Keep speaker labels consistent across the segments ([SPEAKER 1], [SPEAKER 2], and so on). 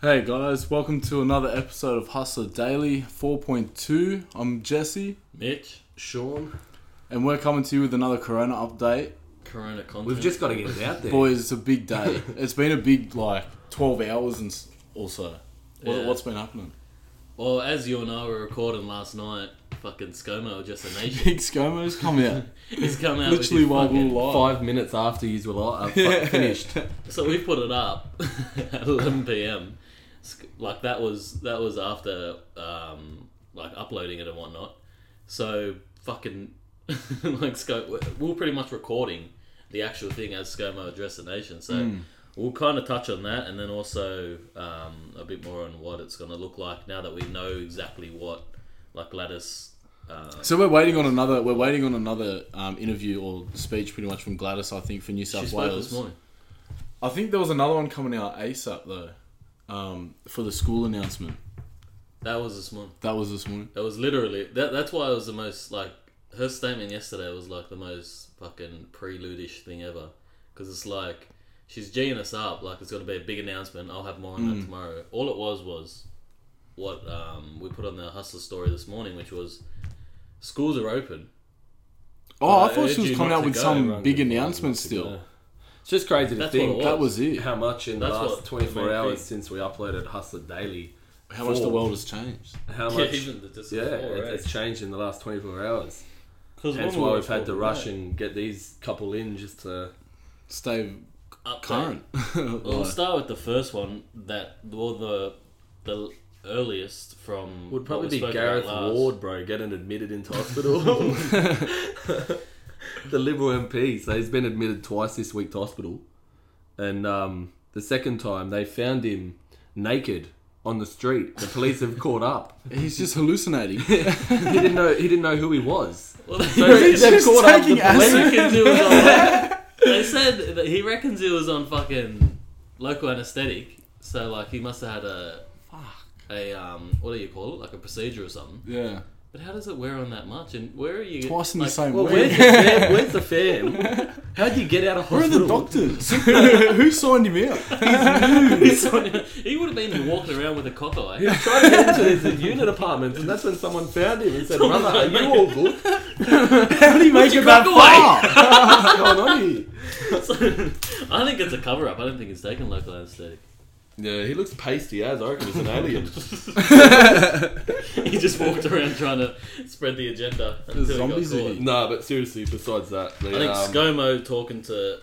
[SPEAKER 1] Hey guys, welcome to another episode of Hustler Daily 4.2. I'm Jesse,
[SPEAKER 2] Mitch,
[SPEAKER 3] Sean,
[SPEAKER 1] and we're coming to you with another Corona update.
[SPEAKER 2] Corona content.
[SPEAKER 3] we've just got to get it out there.
[SPEAKER 1] Boys, it's a big day. it's been a big like 12 hours and s- or so. What,
[SPEAKER 2] Yeah.
[SPEAKER 1] What's been happening?
[SPEAKER 2] Well, as you and I were recording last night, fucking ScoMo, just a nation,
[SPEAKER 1] Big ScoMo's come out.
[SPEAKER 2] has come out.
[SPEAKER 1] Literally
[SPEAKER 2] with his
[SPEAKER 1] while we
[SPEAKER 2] fucking-
[SPEAKER 1] were live.
[SPEAKER 3] Five minutes after you were like,
[SPEAKER 1] Yeah.
[SPEAKER 3] finished.
[SPEAKER 2] So we put it up at 11 p.m. Sc- Like that was that was after um, like uploading it and whatnot. So fucking like Sco, we- we we're pretty much recording the actual thing as ScoMo Address the Nation. So we'll kind of touch on that and then also um, a bit more on what it's going to look like now that we know exactly what like Lattice. Uh,
[SPEAKER 1] So we're waiting on another. We're waiting on another um, interview or speech, pretty much from Gladys, I think, for New
[SPEAKER 2] she
[SPEAKER 1] South
[SPEAKER 2] spoke
[SPEAKER 1] Wales.
[SPEAKER 2] this morning.
[SPEAKER 1] I think there was another one coming out ASAP though, um, for the school announcement.
[SPEAKER 2] That was this morning.
[SPEAKER 1] That was this morning.
[SPEAKER 2] It was literally that. That's why it was the most like her statement yesterday was like the most fucking preludish thing ever. Because it's like she's g'ing us up. Like it's gonna be a big announcement. I'll have more on
[SPEAKER 3] Mm.
[SPEAKER 2] that tomorrow. All it was was what um, we put on the hustler story this morning, which was schools are open.
[SPEAKER 1] Oh, I
[SPEAKER 3] Uh,
[SPEAKER 2] Well,
[SPEAKER 1] thought
[SPEAKER 2] I
[SPEAKER 1] she
[SPEAKER 2] urge
[SPEAKER 1] was
[SPEAKER 2] you
[SPEAKER 1] coming
[SPEAKER 2] not
[SPEAKER 1] out
[SPEAKER 2] to
[SPEAKER 1] with
[SPEAKER 2] go,
[SPEAKER 1] some
[SPEAKER 2] Ryan,
[SPEAKER 1] big announcement still.
[SPEAKER 3] It's just crazy to
[SPEAKER 2] That's
[SPEAKER 3] think
[SPEAKER 2] what it
[SPEAKER 1] That was it.
[SPEAKER 3] how much in the
[SPEAKER 2] That's
[SPEAKER 3] last
[SPEAKER 2] what-
[SPEAKER 3] 24
[SPEAKER 2] main
[SPEAKER 3] hours
[SPEAKER 2] thing.
[SPEAKER 3] since we uploaded Hustler Daily,
[SPEAKER 1] How much the
[SPEAKER 3] Four.
[SPEAKER 1] world has changed.
[SPEAKER 3] how
[SPEAKER 2] Yeah,
[SPEAKER 3] much.
[SPEAKER 2] even the
[SPEAKER 3] Yeah,
[SPEAKER 2] discipline.
[SPEAKER 3] it- it's changed in the last 24 hours.
[SPEAKER 2] Because
[SPEAKER 3] That's why we've had to rush and get these couple in just to.
[SPEAKER 1] Stay current.
[SPEAKER 2] Well, we'll
[SPEAKER 1] Like,
[SPEAKER 2] start with the first one that or the the earliest from
[SPEAKER 3] Would
[SPEAKER 2] what we
[SPEAKER 3] probably be
[SPEAKER 2] spoke about
[SPEAKER 3] Gareth
[SPEAKER 2] last.
[SPEAKER 3] Ward, bro, getting admitted into hospital. the Liberal MP, so he's been admitted twice this week to hospital, and um, the second time they found him naked on the street. The police have caught up.
[SPEAKER 1] he's just hallucinating.
[SPEAKER 3] He didn't know. He didn't know who he was.
[SPEAKER 2] Well, they-
[SPEAKER 3] So they've
[SPEAKER 1] just
[SPEAKER 3] caught up
[SPEAKER 1] taking
[SPEAKER 3] the
[SPEAKER 1] acid.
[SPEAKER 3] police.
[SPEAKER 2] reckons it was on. they said that he reckons it was on fucking local anesthetic. So like he must have had a
[SPEAKER 1] Fuck.
[SPEAKER 2] a um what do you call it like a procedure or something.
[SPEAKER 1] Yeah.
[SPEAKER 2] But how does it wear on that much? And where are you?
[SPEAKER 1] Twice in the
[SPEAKER 2] like,
[SPEAKER 1] same
[SPEAKER 3] Well, where's the
[SPEAKER 1] week.
[SPEAKER 3] fam? Where's the fam? How'd you get out of
[SPEAKER 1] Where are the
[SPEAKER 3] hospital?
[SPEAKER 1] doctors? Who signed him out?
[SPEAKER 2] he would have been walking around with a eh? cock eye.
[SPEAKER 3] He tried to get into his unit apartment, and that's when someone found him and said, "Brother, are you all good?
[SPEAKER 1] How do you make it that
[SPEAKER 2] cock away?
[SPEAKER 1] far?
[SPEAKER 3] What's going on here?"
[SPEAKER 2] So, I think it's a cover up. I don't think he's taken local anesthetic.
[SPEAKER 3] Yeah, he looks pasty as. I reckon he's an alien.
[SPEAKER 2] He just walked around trying to spread the agenda until
[SPEAKER 1] zombies
[SPEAKER 2] he got
[SPEAKER 1] in
[SPEAKER 2] caught.
[SPEAKER 1] here.
[SPEAKER 3] Nah, but seriously, besides that, the,
[SPEAKER 2] I think
[SPEAKER 3] um,
[SPEAKER 2] ScoMo talking to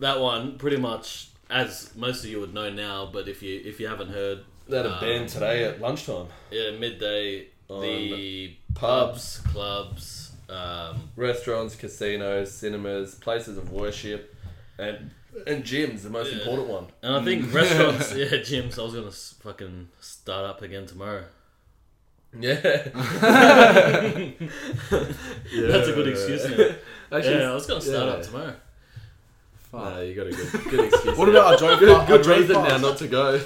[SPEAKER 2] that one pretty much as most of you would know now, but if you if you haven't heard
[SPEAKER 3] they had a
[SPEAKER 2] um,
[SPEAKER 3] band today at lunchtime.
[SPEAKER 2] yeah, midday
[SPEAKER 3] On
[SPEAKER 2] the pubs,
[SPEAKER 3] pubs.
[SPEAKER 2] clubs, um,
[SPEAKER 3] Restaurants, casinos, cinemas, places of worship, and and gyms, the most
[SPEAKER 2] Yeah.
[SPEAKER 3] important one.
[SPEAKER 2] and I
[SPEAKER 3] Mm.
[SPEAKER 2] think restaurants, yeah, gyms. I was gonna s- fucking start up again tomorrow.
[SPEAKER 3] Yeah.
[SPEAKER 2] That's a good excuse now.
[SPEAKER 3] Actually,
[SPEAKER 2] Yeah, I was gonna start up
[SPEAKER 3] yeah.
[SPEAKER 2] tomorrow.
[SPEAKER 3] No, you got a good, good excuse.
[SPEAKER 1] What about I drove
[SPEAKER 3] good,
[SPEAKER 1] past,
[SPEAKER 3] good
[SPEAKER 1] I drove
[SPEAKER 3] reason now
[SPEAKER 1] past,
[SPEAKER 3] not to go?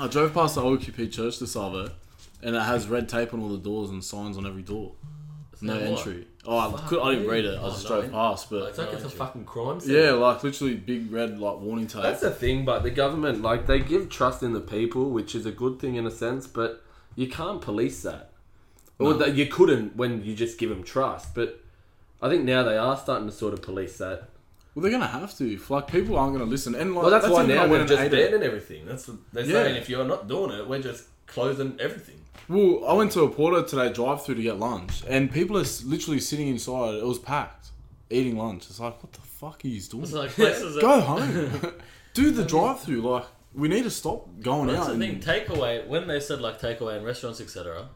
[SPEAKER 1] I drove past the OQP church this other, and it has red tape on all the doors and signs on every door. No
[SPEAKER 2] What?
[SPEAKER 1] entry. Oh, I, could, I didn't read it. I
[SPEAKER 2] Oh,
[SPEAKER 1] just
[SPEAKER 2] no
[SPEAKER 1] drove
[SPEAKER 2] entry.
[SPEAKER 1] past, but
[SPEAKER 2] Like, No entry.
[SPEAKER 3] fucking crime.
[SPEAKER 1] yeah, like literally big red like warning tape.
[SPEAKER 3] That's the thing, but the government, like, they give trust in the people, which is a good thing in a sense, but you can't police that. Or that you couldn't when you just give them trust, but I think now they are starting to sort of police that.
[SPEAKER 1] Well, they're gonna have to. if, Like, people aren't gonna listen. And like,
[SPEAKER 3] Well, that's, why
[SPEAKER 1] even
[SPEAKER 3] now
[SPEAKER 1] when
[SPEAKER 3] they're
[SPEAKER 1] I went
[SPEAKER 3] just
[SPEAKER 1] and ate it.
[SPEAKER 3] banning everything. That's what they're
[SPEAKER 1] Yeah.
[SPEAKER 3] saying. If you're not doing it, we're just closing everything.
[SPEAKER 1] Well, I went to a Porto today drive through to get lunch, and people are s- literally sitting inside. It was packed, eating lunch. It's like, what the fuck are you doing?
[SPEAKER 2] It's like places. that-
[SPEAKER 1] Go home. Do the drive through. Like, we need to stop going
[SPEAKER 2] That's
[SPEAKER 1] out.
[SPEAKER 2] the
[SPEAKER 1] And,
[SPEAKER 2] thing. Takeaway. When they said like takeaway and restaurants, etc.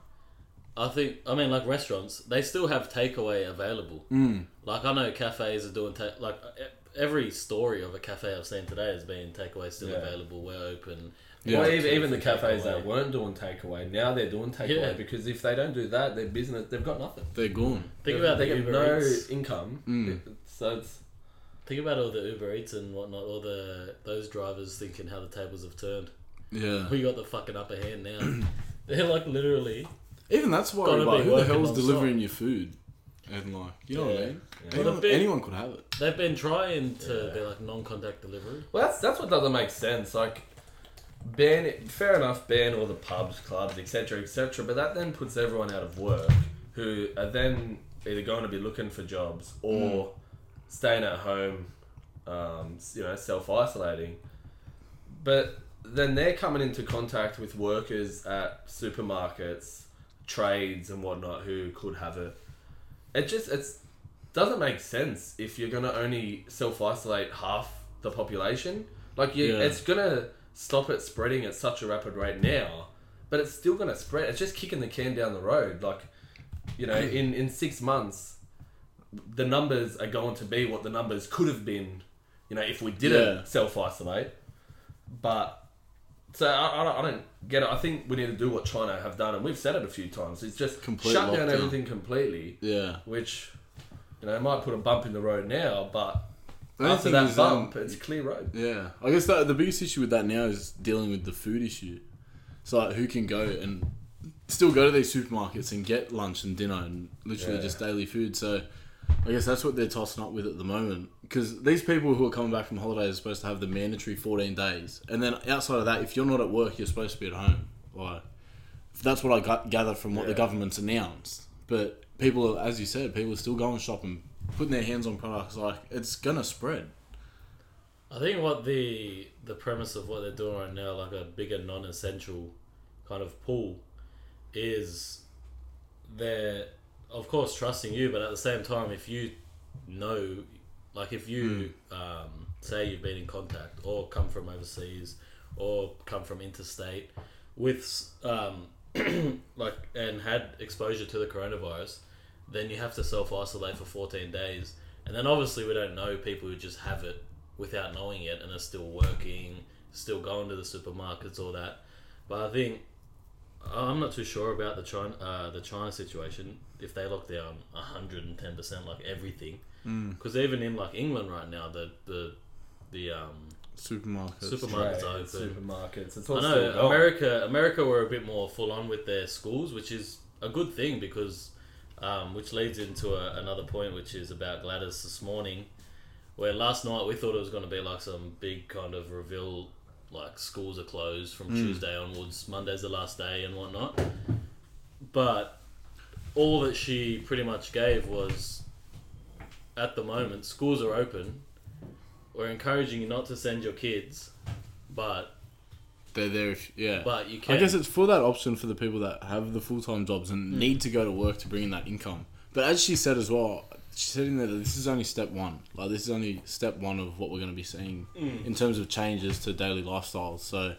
[SPEAKER 2] I think I mean like restaurants. They still have takeaway available. Mm. Like I know cafes are doing ta- like e- every story of a cafe I've seen today has been takeaway still
[SPEAKER 3] Yeah.
[SPEAKER 2] available. We're open.
[SPEAKER 1] Yeah.
[SPEAKER 3] Well,
[SPEAKER 2] We're
[SPEAKER 3] even,
[SPEAKER 2] open
[SPEAKER 3] even the
[SPEAKER 2] for
[SPEAKER 3] cafes
[SPEAKER 2] takeaway.
[SPEAKER 3] that weren't doing takeaway, now they're doing takeaway
[SPEAKER 2] Yeah.
[SPEAKER 3] because if they don't do that, their business, they've got nothing.
[SPEAKER 1] they're gone.
[SPEAKER 2] Think
[SPEAKER 3] They've-
[SPEAKER 2] about
[SPEAKER 3] they
[SPEAKER 2] the
[SPEAKER 3] get
[SPEAKER 2] Uber
[SPEAKER 3] no
[SPEAKER 2] Eats. Mm.
[SPEAKER 3] income. So it's.
[SPEAKER 2] Think about all the Uber Eats and whatnot. All the those drivers thinking how the tables have turned.
[SPEAKER 1] Yeah.
[SPEAKER 2] We got the fucking upper hand now. They're like literally.
[SPEAKER 1] Even that's why.
[SPEAKER 2] Gotta
[SPEAKER 1] Like,
[SPEAKER 2] be
[SPEAKER 1] who the
[SPEAKER 2] working
[SPEAKER 1] hell's
[SPEAKER 2] on
[SPEAKER 1] delivering your food? And like, you know what I
[SPEAKER 3] Yeah.
[SPEAKER 1] mean?
[SPEAKER 3] Yeah.
[SPEAKER 1] Anyone,
[SPEAKER 2] Well, the big-
[SPEAKER 1] anyone could have it.
[SPEAKER 2] They've been trying to
[SPEAKER 3] Yeah.
[SPEAKER 2] be like non-contact delivery.
[SPEAKER 3] Well, that's that's what doesn't make sense. Like, ban it. Fair enough, ban all the pubs, clubs, etc., etc. But that then puts everyone out of work, who are then either going to be looking for jobs or staying at home, um, s- you know, self isolating. But then they're coming into contact with workers at supermarkets, trades, and whatnot who could have it. It just it's doesn't make sense if you're gonna only self isolate half the population. Like you,
[SPEAKER 2] Yeah.
[SPEAKER 3] it's gonna stop it spreading at such a rapid rate now, but it's still gonna spread. It's just kicking the can down the road. Like you
[SPEAKER 1] Mm.
[SPEAKER 3] know, in in six months, the numbers are going to be what the numbers could have been. You know, if we didn't
[SPEAKER 1] Yeah.
[SPEAKER 3] self isolate, but. So I, I, don't, I don't get it. I think we need to do what China have done, and we've said it a few times. It's just
[SPEAKER 1] Complete
[SPEAKER 3] shut down
[SPEAKER 1] lockdown.
[SPEAKER 3] everything completely
[SPEAKER 1] Yeah.
[SPEAKER 3] which you know might put a bump in the road now, but
[SPEAKER 1] The only
[SPEAKER 3] after
[SPEAKER 1] thing
[SPEAKER 3] that
[SPEAKER 1] is, um,
[SPEAKER 3] bump, it's clear road.
[SPEAKER 1] Yeah, I guess that the biggest issue with that now is dealing with the food issue. So like, who can go and still go to these supermarkets and get lunch and dinner and literally
[SPEAKER 3] Yeah.
[SPEAKER 1] just daily food? So I guess that's what they're tossing up with at the moment. Because these people who are coming back from holidays are supposed to have the mandatory fourteen days, and then outside of that, if you're not at work, you're supposed to be at home. Like that's what I got, gather from what the
[SPEAKER 3] Yeah.
[SPEAKER 1] government's announced. But people, are, as you said, people are still going shopping, putting their hands on products. Like it's gonna spread.
[SPEAKER 2] I think what the the premise of what they're doing right now, like a bigger non-essential kind of pool, is they're of course trusting you, but at the same time, if you know, like if you um, say you've been in contact or come from overseas or come from interstate with s- um, like and had exposure to the coronavirus, then you have to self isolate for 14 days. And then obviously, we don't know people who just have it without knowing it and are still working, still going to the supermarkets, all that. But I think I'm not too sure about the China, uh, the China situation. If they lock down 110%, like everything, because even in like England right now, the the the um,
[SPEAKER 1] Supermarkets.
[SPEAKER 2] Supermarkets
[SPEAKER 3] Trade,
[SPEAKER 2] open.
[SPEAKER 3] supermarkets. It's
[SPEAKER 2] I
[SPEAKER 3] all
[SPEAKER 2] know
[SPEAKER 3] still going.
[SPEAKER 2] America. America were a bit more full on with their schools, which is a good thing because, um, which leads into a, another point, which is about Gladys this morning, where last night we thought it was going to be like some big kind of reveal, like schools are closed from
[SPEAKER 1] Hmm.
[SPEAKER 2] Tuesday onwards, Monday's the last day and whatnot. But all that she pretty much gave was, at the moment, schools are open. We're encouraging you not to send your kids, but
[SPEAKER 1] They're there if yeah.
[SPEAKER 2] but you can. Mm.
[SPEAKER 1] I guess it's for that option for the people that have the full time jobs and need to go to work to bring in that income. But as she said as well, she said in there that this is only step one. Like this is only step one of what we're going to be seeing
[SPEAKER 2] Mm.
[SPEAKER 1] in terms of changes to daily lifestyles. So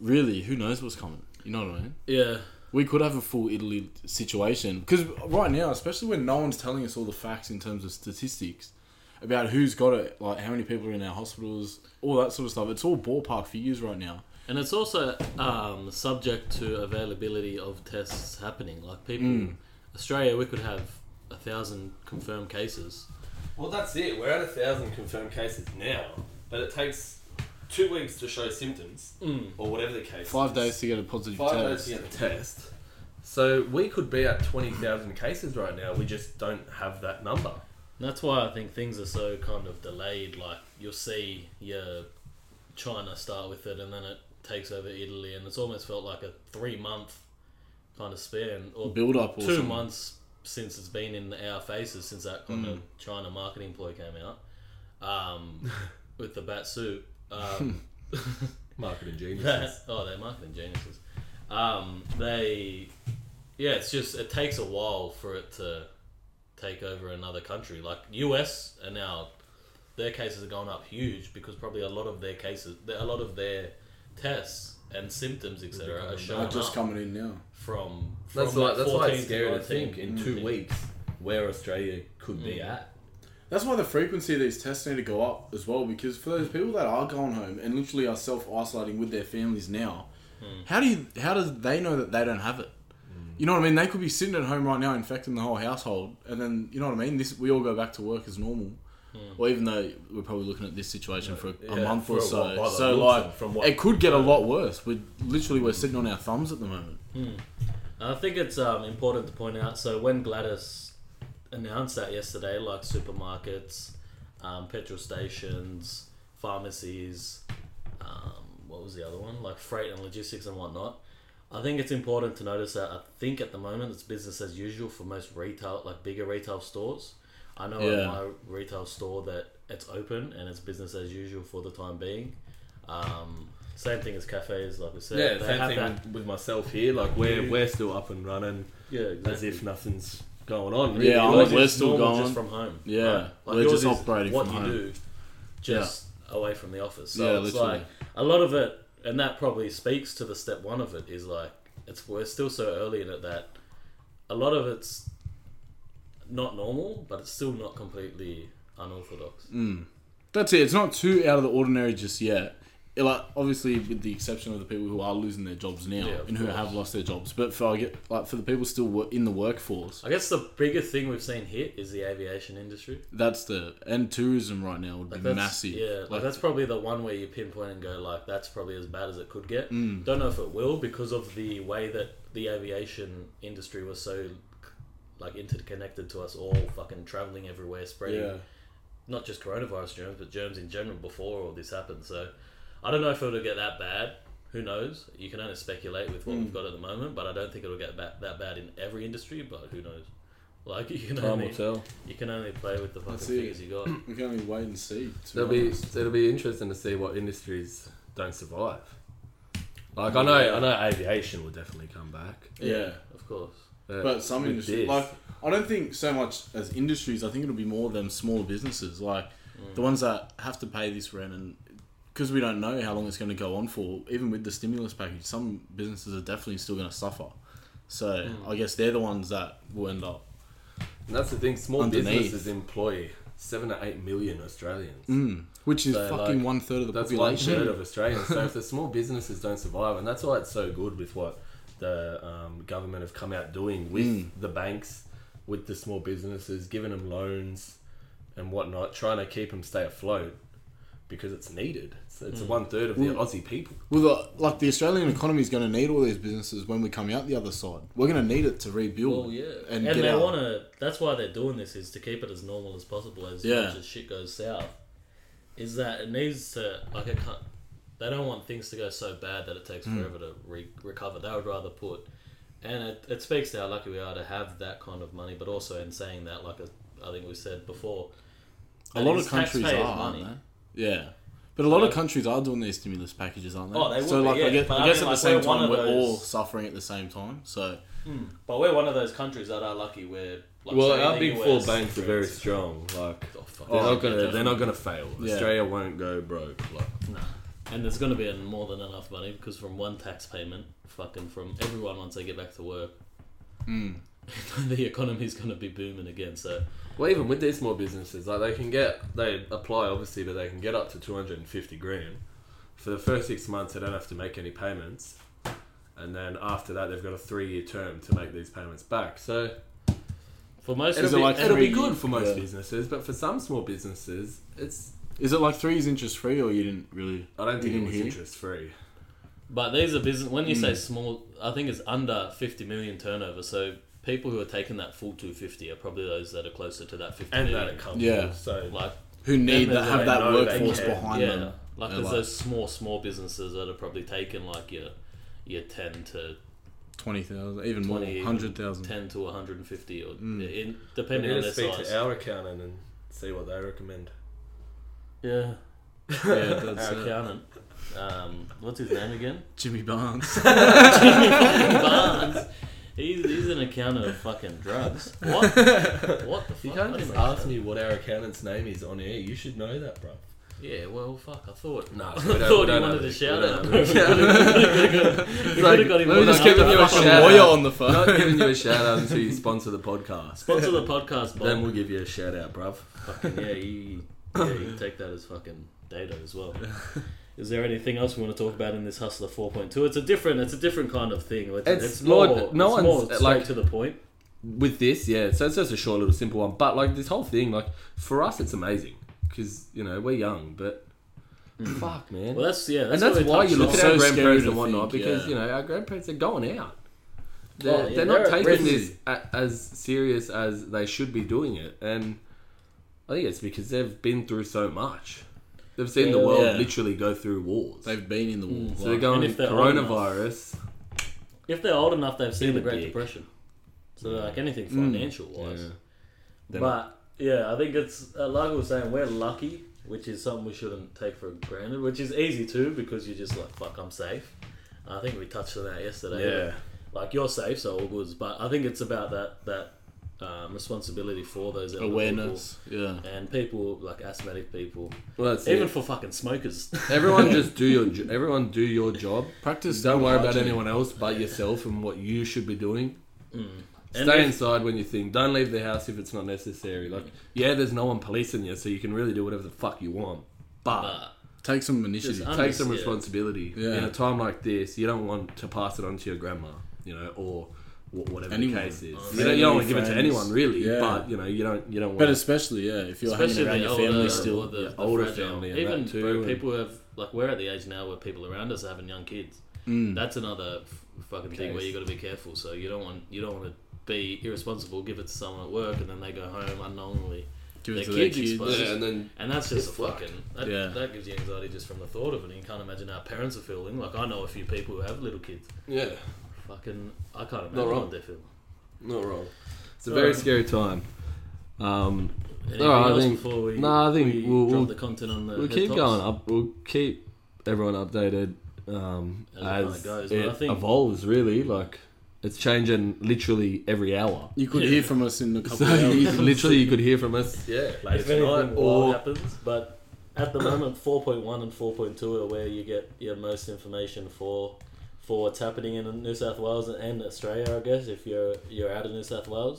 [SPEAKER 1] really, who knows what's coming? You know what I mean?
[SPEAKER 2] Yeah,
[SPEAKER 1] we could have a full Italy situation because right now, especially when no one's telling us all the facts in terms of statistics about who's got it, like how many people are in our hospitals, all that sort of stuff. It's all ballpark figures right now.
[SPEAKER 2] and it's also um, subject to availability of tests happening. Like people, Australia, we could have a thousand confirmed cases.
[SPEAKER 3] Well, that's it. We're at a thousand confirmed cases now, but it takes two weeks to show symptoms
[SPEAKER 2] Mm.
[SPEAKER 3] or whatever the case.
[SPEAKER 1] Five
[SPEAKER 3] is.
[SPEAKER 1] days to get a positive
[SPEAKER 3] Five
[SPEAKER 1] test.
[SPEAKER 3] days to get the test. So we could be at twenty thousand cases right now. We just don't have that number.
[SPEAKER 2] And that's why I think things are so kind of delayed. Like you'll see, yeah, China start with it, and then it takes over Italy, and it's almost felt like a three month kind of span or
[SPEAKER 1] Build up or
[SPEAKER 2] two
[SPEAKER 1] something.
[SPEAKER 2] months since it's been in our faces since that kind of China marketing ploy came out um, with the bat soup. Um,
[SPEAKER 3] Marketing
[SPEAKER 2] that,
[SPEAKER 3] geniuses.
[SPEAKER 2] oh, they're marketing geniuses. Um, they, yeah, it's just it takes a while for it to take over another country. Like US are now, their cases are going up huge because probably a lot of their cases, a lot of their tests and symptoms etc. are
[SPEAKER 1] Are
[SPEAKER 2] showing
[SPEAKER 1] just
[SPEAKER 2] up
[SPEAKER 1] coming in now.
[SPEAKER 2] from, from
[SPEAKER 3] That's why.
[SPEAKER 2] like
[SPEAKER 3] That's why
[SPEAKER 2] 14
[SPEAKER 3] it's scary to
[SPEAKER 2] 19.
[SPEAKER 3] think in
[SPEAKER 2] Mm.
[SPEAKER 3] two weeks where Australia could be at.
[SPEAKER 1] That's why the frequency of these tests need to go up as well because for those people that are going home and literally are self isolating with their families now,
[SPEAKER 3] Hmm.
[SPEAKER 1] how do you how do they know that they don't have it? You know what I mean? They could be sitting at home right now infecting the whole household and then you know what I mean? This we all go back to work as normal. Or even though we're probably looking at this situation for a, a
[SPEAKER 3] Hmm. Yeah,
[SPEAKER 1] month
[SPEAKER 3] for
[SPEAKER 1] or
[SPEAKER 3] a
[SPEAKER 1] so.
[SPEAKER 3] while, by the
[SPEAKER 1] so
[SPEAKER 3] looks
[SPEAKER 1] like
[SPEAKER 3] of it, from what-
[SPEAKER 1] it could get a lot worse. We're literally we're sitting on our thumbs at the moment.
[SPEAKER 2] I think it's um, important to point out. So when Gladys announced that yesterday, like supermarkets, um, petrol stations, pharmacies, um, what was the other one? Like freight and logistics and whatnot. I think it's important to notice that I think at the moment it's business as usual for most retail, like bigger retail stores. I know
[SPEAKER 1] Yeah.
[SPEAKER 2] at my retail store that it's open and it's business as usual for the time being. Um, same thing as cafes, like we said.
[SPEAKER 3] Yeah,
[SPEAKER 2] They
[SPEAKER 3] same
[SPEAKER 2] have
[SPEAKER 3] thing
[SPEAKER 2] that-
[SPEAKER 3] with, with myself here. Like we're we're still up and running
[SPEAKER 2] Yeah, exactly.
[SPEAKER 3] as if nothing's going on. Really.
[SPEAKER 1] Yeah, I'm
[SPEAKER 3] Like,
[SPEAKER 2] Yours
[SPEAKER 1] we're
[SPEAKER 2] is
[SPEAKER 1] still
[SPEAKER 2] normal
[SPEAKER 1] going.
[SPEAKER 2] Just from home.
[SPEAKER 1] Yeah,
[SPEAKER 2] right?
[SPEAKER 1] we're
[SPEAKER 2] yours
[SPEAKER 1] just
[SPEAKER 2] is
[SPEAKER 1] operating
[SPEAKER 2] what
[SPEAKER 1] from
[SPEAKER 2] you
[SPEAKER 1] home.
[SPEAKER 2] do, just away from the office. So
[SPEAKER 1] Yeah,
[SPEAKER 2] it's
[SPEAKER 1] literally.
[SPEAKER 2] like a lot of it, and that probably speaks to the step one of it is like it's we're still so early in it that a lot of it's not normal, but it's still not completely unorthodox.
[SPEAKER 1] Mm. That's it. It's not too out of the ordinary just yet. It, like obviously, with the exception of the people who are losing their jobs now
[SPEAKER 2] Yeah, of
[SPEAKER 1] and who
[SPEAKER 2] course.
[SPEAKER 1] have lost their jobs, but for I get like for the people still wo- in the workforce,
[SPEAKER 2] I guess the bigger thing we've seen hit is the aviation industry.
[SPEAKER 1] that's the and tourism right now would be
[SPEAKER 2] Like that's,
[SPEAKER 1] massive.
[SPEAKER 2] Yeah, like,
[SPEAKER 1] like,
[SPEAKER 2] that's probably the one where you pinpoint and go like that's probably as bad as it could get. Don't know if it will because of the way that the aviation industry was so like interconnected to us all, fucking traveling everywhere, spreading
[SPEAKER 1] yeah,
[SPEAKER 2] not just coronavirus germs but germs in general before all this happened. So I don't know if it'll get that bad. Who knows? You can only speculate with what we've got at the moment, but I don't think it'll get ba- that bad in every industry. But who knows? Like you can
[SPEAKER 3] Time will
[SPEAKER 2] only
[SPEAKER 3] tell.
[SPEAKER 2] you can only play with the fucking
[SPEAKER 1] That's it.
[SPEAKER 2] figures you got.
[SPEAKER 1] we can only wait and see. to
[SPEAKER 3] It'll
[SPEAKER 1] be
[SPEAKER 3] be
[SPEAKER 1] honest.
[SPEAKER 3] it'll be interesting to see what industries don't survive. Like I know I know aviation will definitely come back.
[SPEAKER 1] yeah,
[SPEAKER 2] of course.
[SPEAKER 1] but some
[SPEAKER 3] Uh, with
[SPEAKER 1] industries,
[SPEAKER 3] this-
[SPEAKER 1] like I don't think so much as industries. I think it'll be more them smaller businesses, like the ones that have to pay this rent, and because we don't know how long it's going to go on for. Even with the stimulus package, some businesses are definitely still going to suffer. So I guess they're the ones that will end up.
[SPEAKER 3] and that's the thing. Small
[SPEAKER 1] Underneath.
[SPEAKER 3] businesses employ seven to eight million Australians.
[SPEAKER 1] Which is
[SPEAKER 3] So,
[SPEAKER 1] fucking
[SPEAKER 3] like,
[SPEAKER 1] one third of Mm, the
[SPEAKER 3] That's one
[SPEAKER 1] population.
[SPEAKER 3] third of Australians. So if the small businesses don't survive, and that's why it's so good with what the um, government have come out doing with
[SPEAKER 1] Mm.
[SPEAKER 3] the banks, with the small businesses, giving them loans and whatnot, trying to keep them stay afloat because it's needed. It's, it's one third of
[SPEAKER 1] Mm.
[SPEAKER 3] the Aussie people.
[SPEAKER 1] Well, the, like the Australian economy is going to need all these businesses when we come out the other side. We're going to need it to rebuild.
[SPEAKER 2] Well, yeah,
[SPEAKER 1] and,
[SPEAKER 2] and,
[SPEAKER 1] get
[SPEAKER 2] they
[SPEAKER 1] out.
[SPEAKER 2] want to. That's why they're doing this is to keep it as normal as possible as
[SPEAKER 1] Yeah.
[SPEAKER 2] much as shit goes south. Is that it needs to like it can't, they don't want things to go so bad that it takes
[SPEAKER 3] Hmm.
[SPEAKER 2] forever to re- recover. They would rather put, and it, it speaks to how lucky we are to have that kind of money. But also in saying that, like I, I think we said before,
[SPEAKER 1] a
[SPEAKER 2] that
[SPEAKER 1] lot
[SPEAKER 2] is
[SPEAKER 1] of countries are,
[SPEAKER 2] taxpayers'
[SPEAKER 1] aren't they? Yeah. But a lot of
[SPEAKER 2] So-
[SPEAKER 1] countries are doing these stimulus packages, aren't they?
[SPEAKER 2] Oh, they would
[SPEAKER 1] so,
[SPEAKER 2] be,
[SPEAKER 1] like, I
[SPEAKER 2] yeah.
[SPEAKER 1] guess,
[SPEAKER 2] But
[SPEAKER 1] I
[SPEAKER 2] I
[SPEAKER 1] guess
[SPEAKER 2] mean,
[SPEAKER 1] at the
[SPEAKER 2] like,
[SPEAKER 1] same
[SPEAKER 2] we're one
[SPEAKER 1] time,
[SPEAKER 2] of
[SPEAKER 1] we're all
[SPEAKER 2] those-
[SPEAKER 1] suffering at the same time. So,
[SPEAKER 2] But we're one of those countries that are lucky. Where like,
[SPEAKER 3] Well,
[SPEAKER 2] say,
[SPEAKER 3] our
[SPEAKER 2] the
[SPEAKER 3] big four
[SPEAKER 2] US,
[SPEAKER 3] banks are
[SPEAKER 2] for
[SPEAKER 3] very
[SPEAKER 2] instance.
[SPEAKER 3] strong. Like
[SPEAKER 2] Oh, fuck.
[SPEAKER 3] they're
[SPEAKER 2] Oh,
[SPEAKER 3] not gonna
[SPEAKER 2] yeah.
[SPEAKER 3] they're not gonna fail.
[SPEAKER 1] Yeah.
[SPEAKER 3] Australia won't go broke. Like
[SPEAKER 2] And there's going to be en- more than enough money because from one tax payment, fucking from everyone once they get back to work,
[SPEAKER 1] Hmm.
[SPEAKER 2] the economy's going to be booming again. So
[SPEAKER 3] well, even with these small businesses, like they can get they apply obviously, but they can get up to two hundred and fifty grand for the first six months. They don't have to make any payments, and then after that, they've got a three year term to make these payments back. So
[SPEAKER 2] for most
[SPEAKER 1] Is
[SPEAKER 3] it'll,
[SPEAKER 2] of
[SPEAKER 1] it
[SPEAKER 3] be,
[SPEAKER 1] like
[SPEAKER 3] it'll be
[SPEAKER 1] three-
[SPEAKER 3] good for most
[SPEAKER 1] yeah.
[SPEAKER 3] businesses, but for some small businesses, it's
[SPEAKER 1] is it like three is interest free, or you didn't really?
[SPEAKER 3] I don't
[SPEAKER 1] You
[SPEAKER 3] think it
[SPEAKER 1] didn't
[SPEAKER 3] was
[SPEAKER 1] hear?
[SPEAKER 3] interest free.
[SPEAKER 2] but these are business. When you
[SPEAKER 1] Hmm.
[SPEAKER 2] say small, I think it's under 50 million turnover. So people who are taking that full 250 are probably those that are closer to that 50
[SPEAKER 3] And
[SPEAKER 2] million.
[SPEAKER 3] that it comes.
[SPEAKER 1] Yeah.
[SPEAKER 3] So
[SPEAKER 2] Like
[SPEAKER 1] Who need
[SPEAKER 2] there's
[SPEAKER 1] that have
[SPEAKER 2] like
[SPEAKER 1] that
[SPEAKER 3] no
[SPEAKER 1] workforce
[SPEAKER 3] banking.
[SPEAKER 1] behind
[SPEAKER 2] yeah,
[SPEAKER 1] them?
[SPEAKER 2] like
[SPEAKER 1] They're
[SPEAKER 2] there's
[SPEAKER 1] like
[SPEAKER 2] those small small businesses that are probably taking like your your 10 to
[SPEAKER 1] twenty thousand, even more,
[SPEAKER 2] 20,
[SPEAKER 1] hundred thousand. Hmm.
[SPEAKER 2] 10 to 150 or in,
[SPEAKER 3] we
[SPEAKER 2] depending
[SPEAKER 3] need
[SPEAKER 2] on
[SPEAKER 3] to
[SPEAKER 2] their
[SPEAKER 3] speak
[SPEAKER 2] size.
[SPEAKER 3] to our accountant and see what they recommend.
[SPEAKER 2] yeah.
[SPEAKER 1] Yeah, that's
[SPEAKER 2] our
[SPEAKER 1] it.
[SPEAKER 2] accountant. Um, what's his name again?
[SPEAKER 1] Jimmy Barnes.
[SPEAKER 2] Barnes. He's, he's an accountant of fucking drugs. What? What the fuck?
[SPEAKER 3] You can't
[SPEAKER 2] I
[SPEAKER 3] just
[SPEAKER 2] didn't
[SPEAKER 3] ask
[SPEAKER 2] know
[SPEAKER 3] me what our accountant's name is on air. You should know that, bro.
[SPEAKER 2] that. Yeah, well, fuck. I thought.
[SPEAKER 3] No,
[SPEAKER 2] I
[SPEAKER 3] we don't- we
[SPEAKER 2] thought
[SPEAKER 3] don't
[SPEAKER 2] you
[SPEAKER 3] have
[SPEAKER 2] wanted to
[SPEAKER 3] a-
[SPEAKER 2] shout
[SPEAKER 3] we don't
[SPEAKER 2] out.
[SPEAKER 3] have
[SPEAKER 2] We
[SPEAKER 3] a-
[SPEAKER 2] could have got him.
[SPEAKER 3] Let me
[SPEAKER 2] on
[SPEAKER 3] just
[SPEAKER 2] the
[SPEAKER 3] give
[SPEAKER 2] other
[SPEAKER 3] you a
[SPEAKER 2] fucking
[SPEAKER 3] shout
[SPEAKER 1] lawyer
[SPEAKER 3] out.
[SPEAKER 1] on the phone.
[SPEAKER 3] Not giving you a shout out until you sponsor the podcast.
[SPEAKER 2] Sponsor the podcast, Bob.
[SPEAKER 3] Then we'll give you a shout out, bruv.
[SPEAKER 2] Fucking, yeah, you, yeah, you can take that as fucking data as well. Is there anything else we want to talk about in this Hustler 4.2? It's a different, it's a different kind of thing. It's,
[SPEAKER 3] It's-
[SPEAKER 2] it's, more,
[SPEAKER 3] Lord, no
[SPEAKER 2] it's
[SPEAKER 3] one's,
[SPEAKER 2] more straight
[SPEAKER 3] like-
[SPEAKER 2] to the point.
[SPEAKER 3] With this, yeah, so it's just a short little simple one. But like this whole thing, like for us, it's amazing because you know we're young, but fuck, man.
[SPEAKER 2] Mm. Well, that's yeah,
[SPEAKER 3] and
[SPEAKER 2] that's,
[SPEAKER 3] that's
[SPEAKER 2] what we
[SPEAKER 3] why
[SPEAKER 2] touched
[SPEAKER 3] you look
[SPEAKER 2] on.
[SPEAKER 3] at
[SPEAKER 1] so
[SPEAKER 3] our
[SPEAKER 1] scary
[SPEAKER 3] grandparents
[SPEAKER 1] to
[SPEAKER 3] and whatnot
[SPEAKER 1] think,
[SPEAKER 3] because
[SPEAKER 1] yeah.
[SPEAKER 3] you know our grandparents are going out. They're,
[SPEAKER 2] Oh, yeah,
[SPEAKER 3] they're not
[SPEAKER 2] they're at risk.
[SPEAKER 3] taking this a, as serious as they should be doing it, and I think it's because they've been through so much. They've seen the world
[SPEAKER 2] Yeah.
[SPEAKER 3] literally go through wars.
[SPEAKER 1] They've been in the war.
[SPEAKER 3] so they're
[SPEAKER 1] like-
[SPEAKER 3] going
[SPEAKER 2] And if they're old enough-
[SPEAKER 3] coronavirus.
[SPEAKER 2] If they're old enough, they've seen
[SPEAKER 3] Being
[SPEAKER 2] the
[SPEAKER 3] a
[SPEAKER 2] Great
[SPEAKER 3] dick. Mm.
[SPEAKER 2] Depression. So like anything financial wise,
[SPEAKER 3] Yeah.
[SPEAKER 1] They're
[SPEAKER 2] but yeah, I think it's uh, like we were saying, we're lucky, which is something we shouldn't take for granted, which is easy too because you're just like, fuck, I'm safe. I think we touched on that yesterday.
[SPEAKER 1] Yeah.
[SPEAKER 2] Like you're safe, so all goods. But I think it's about that that um, responsibility for those elderly
[SPEAKER 1] Awareness. Yeah.
[SPEAKER 2] people and people like asthmatic people,
[SPEAKER 3] Well, that's
[SPEAKER 2] even
[SPEAKER 3] it.
[SPEAKER 2] for fucking smokers.
[SPEAKER 3] everyone just do your jo- everyone do your job.
[SPEAKER 1] Practice.
[SPEAKER 3] Don't worry about
[SPEAKER 1] hygiene.
[SPEAKER 3] anyone else but yourself and what you should be doing.
[SPEAKER 2] Mm. And
[SPEAKER 3] Stay
[SPEAKER 2] if- Mm.
[SPEAKER 3] inside when you think. Don't leave the house if it's not necessary. Like, yeah, there's no one policing you, so you can really do whatever the fuck you want. But
[SPEAKER 2] but
[SPEAKER 1] Take some initiative.
[SPEAKER 2] Just
[SPEAKER 3] take some
[SPEAKER 2] yeah.
[SPEAKER 3] responsibility.
[SPEAKER 1] Yeah.
[SPEAKER 3] In a time like this, you don't want to pass it on to your grandma, you know, or wh- whatever
[SPEAKER 1] Anyone.
[SPEAKER 3] the case is.
[SPEAKER 2] Oh,
[SPEAKER 3] you don't, you don't want
[SPEAKER 1] family,
[SPEAKER 3] to give it to
[SPEAKER 1] friends.
[SPEAKER 3] anyone, really.
[SPEAKER 1] Yeah.
[SPEAKER 3] But you know, you don't. You don't
[SPEAKER 1] But
[SPEAKER 3] want.
[SPEAKER 1] especially, yeah, if you're
[SPEAKER 2] especially
[SPEAKER 1] hanging
[SPEAKER 2] the
[SPEAKER 1] around
[SPEAKER 2] older,
[SPEAKER 1] your family
[SPEAKER 2] or
[SPEAKER 1] still.
[SPEAKER 2] the, the
[SPEAKER 3] older
[SPEAKER 2] fragile.
[SPEAKER 3] family and
[SPEAKER 2] Even
[SPEAKER 3] that too,
[SPEAKER 2] bro,
[SPEAKER 3] and-
[SPEAKER 2] people have like we're at the age now where people around us are having young kids.
[SPEAKER 1] Mm.
[SPEAKER 2] That's another f- fucking thing where you
[SPEAKER 3] Case.
[SPEAKER 2] got to be careful. So you don't want you don't want to be irresponsible, give it to someone at work, and then they go home unknowingly,
[SPEAKER 1] Give it
[SPEAKER 2] their
[SPEAKER 1] to their
[SPEAKER 2] kids
[SPEAKER 1] kids.
[SPEAKER 2] exposed.
[SPEAKER 3] and then
[SPEAKER 2] and that's just
[SPEAKER 3] It's
[SPEAKER 2] a fucking that,
[SPEAKER 1] Yeah.
[SPEAKER 2] that gives you anxiety just from the thought of it. And you can't imagine how parents are feeling. Like I know a few people who have little kids.
[SPEAKER 3] yeah,
[SPEAKER 2] Fucking, I can't
[SPEAKER 3] Not
[SPEAKER 2] imagine
[SPEAKER 3] wrong.
[SPEAKER 2] what they're feeling.
[SPEAKER 3] not wrong. It's a
[SPEAKER 2] All
[SPEAKER 3] very
[SPEAKER 2] right.
[SPEAKER 3] scary time. Um,
[SPEAKER 2] Anything
[SPEAKER 3] All right, I
[SPEAKER 2] else
[SPEAKER 3] think-
[SPEAKER 2] before we,
[SPEAKER 3] no, I think
[SPEAKER 2] we
[SPEAKER 3] we'll-
[SPEAKER 2] drop
[SPEAKER 3] we'll-
[SPEAKER 2] the content on the
[SPEAKER 3] we'll
[SPEAKER 2] head
[SPEAKER 3] keep
[SPEAKER 2] tops?
[SPEAKER 3] going up. We'll keep everyone updated um,
[SPEAKER 2] As it kinda
[SPEAKER 3] as it,
[SPEAKER 2] goes, but I think-
[SPEAKER 3] evolves. Really, like it's changing literally every hour.
[SPEAKER 1] You could
[SPEAKER 2] Yeah.
[SPEAKER 1] hear from us in a couple
[SPEAKER 3] So
[SPEAKER 1] of hours.
[SPEAKER 3] you, literally, you could hear from us. Yeah,
[SPEAKER 2] Like if anything wild happens, but at the moment, four point one and four point two are where you get your most information for for what's happening in New South Wales and Australia. I guess if you're you're out of New South Wales,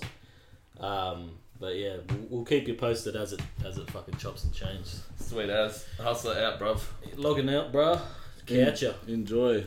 [SPEAKER 2] um, but yeah, we'll, we'll keep you posted as it as it fucking chops and changes.
[SPEAKER 3] Sweet ass, hustle out, bruv.
[SPEAKER 2] Logging out, bruh. Catch ya.
[SPEAKER 1] Enjoy.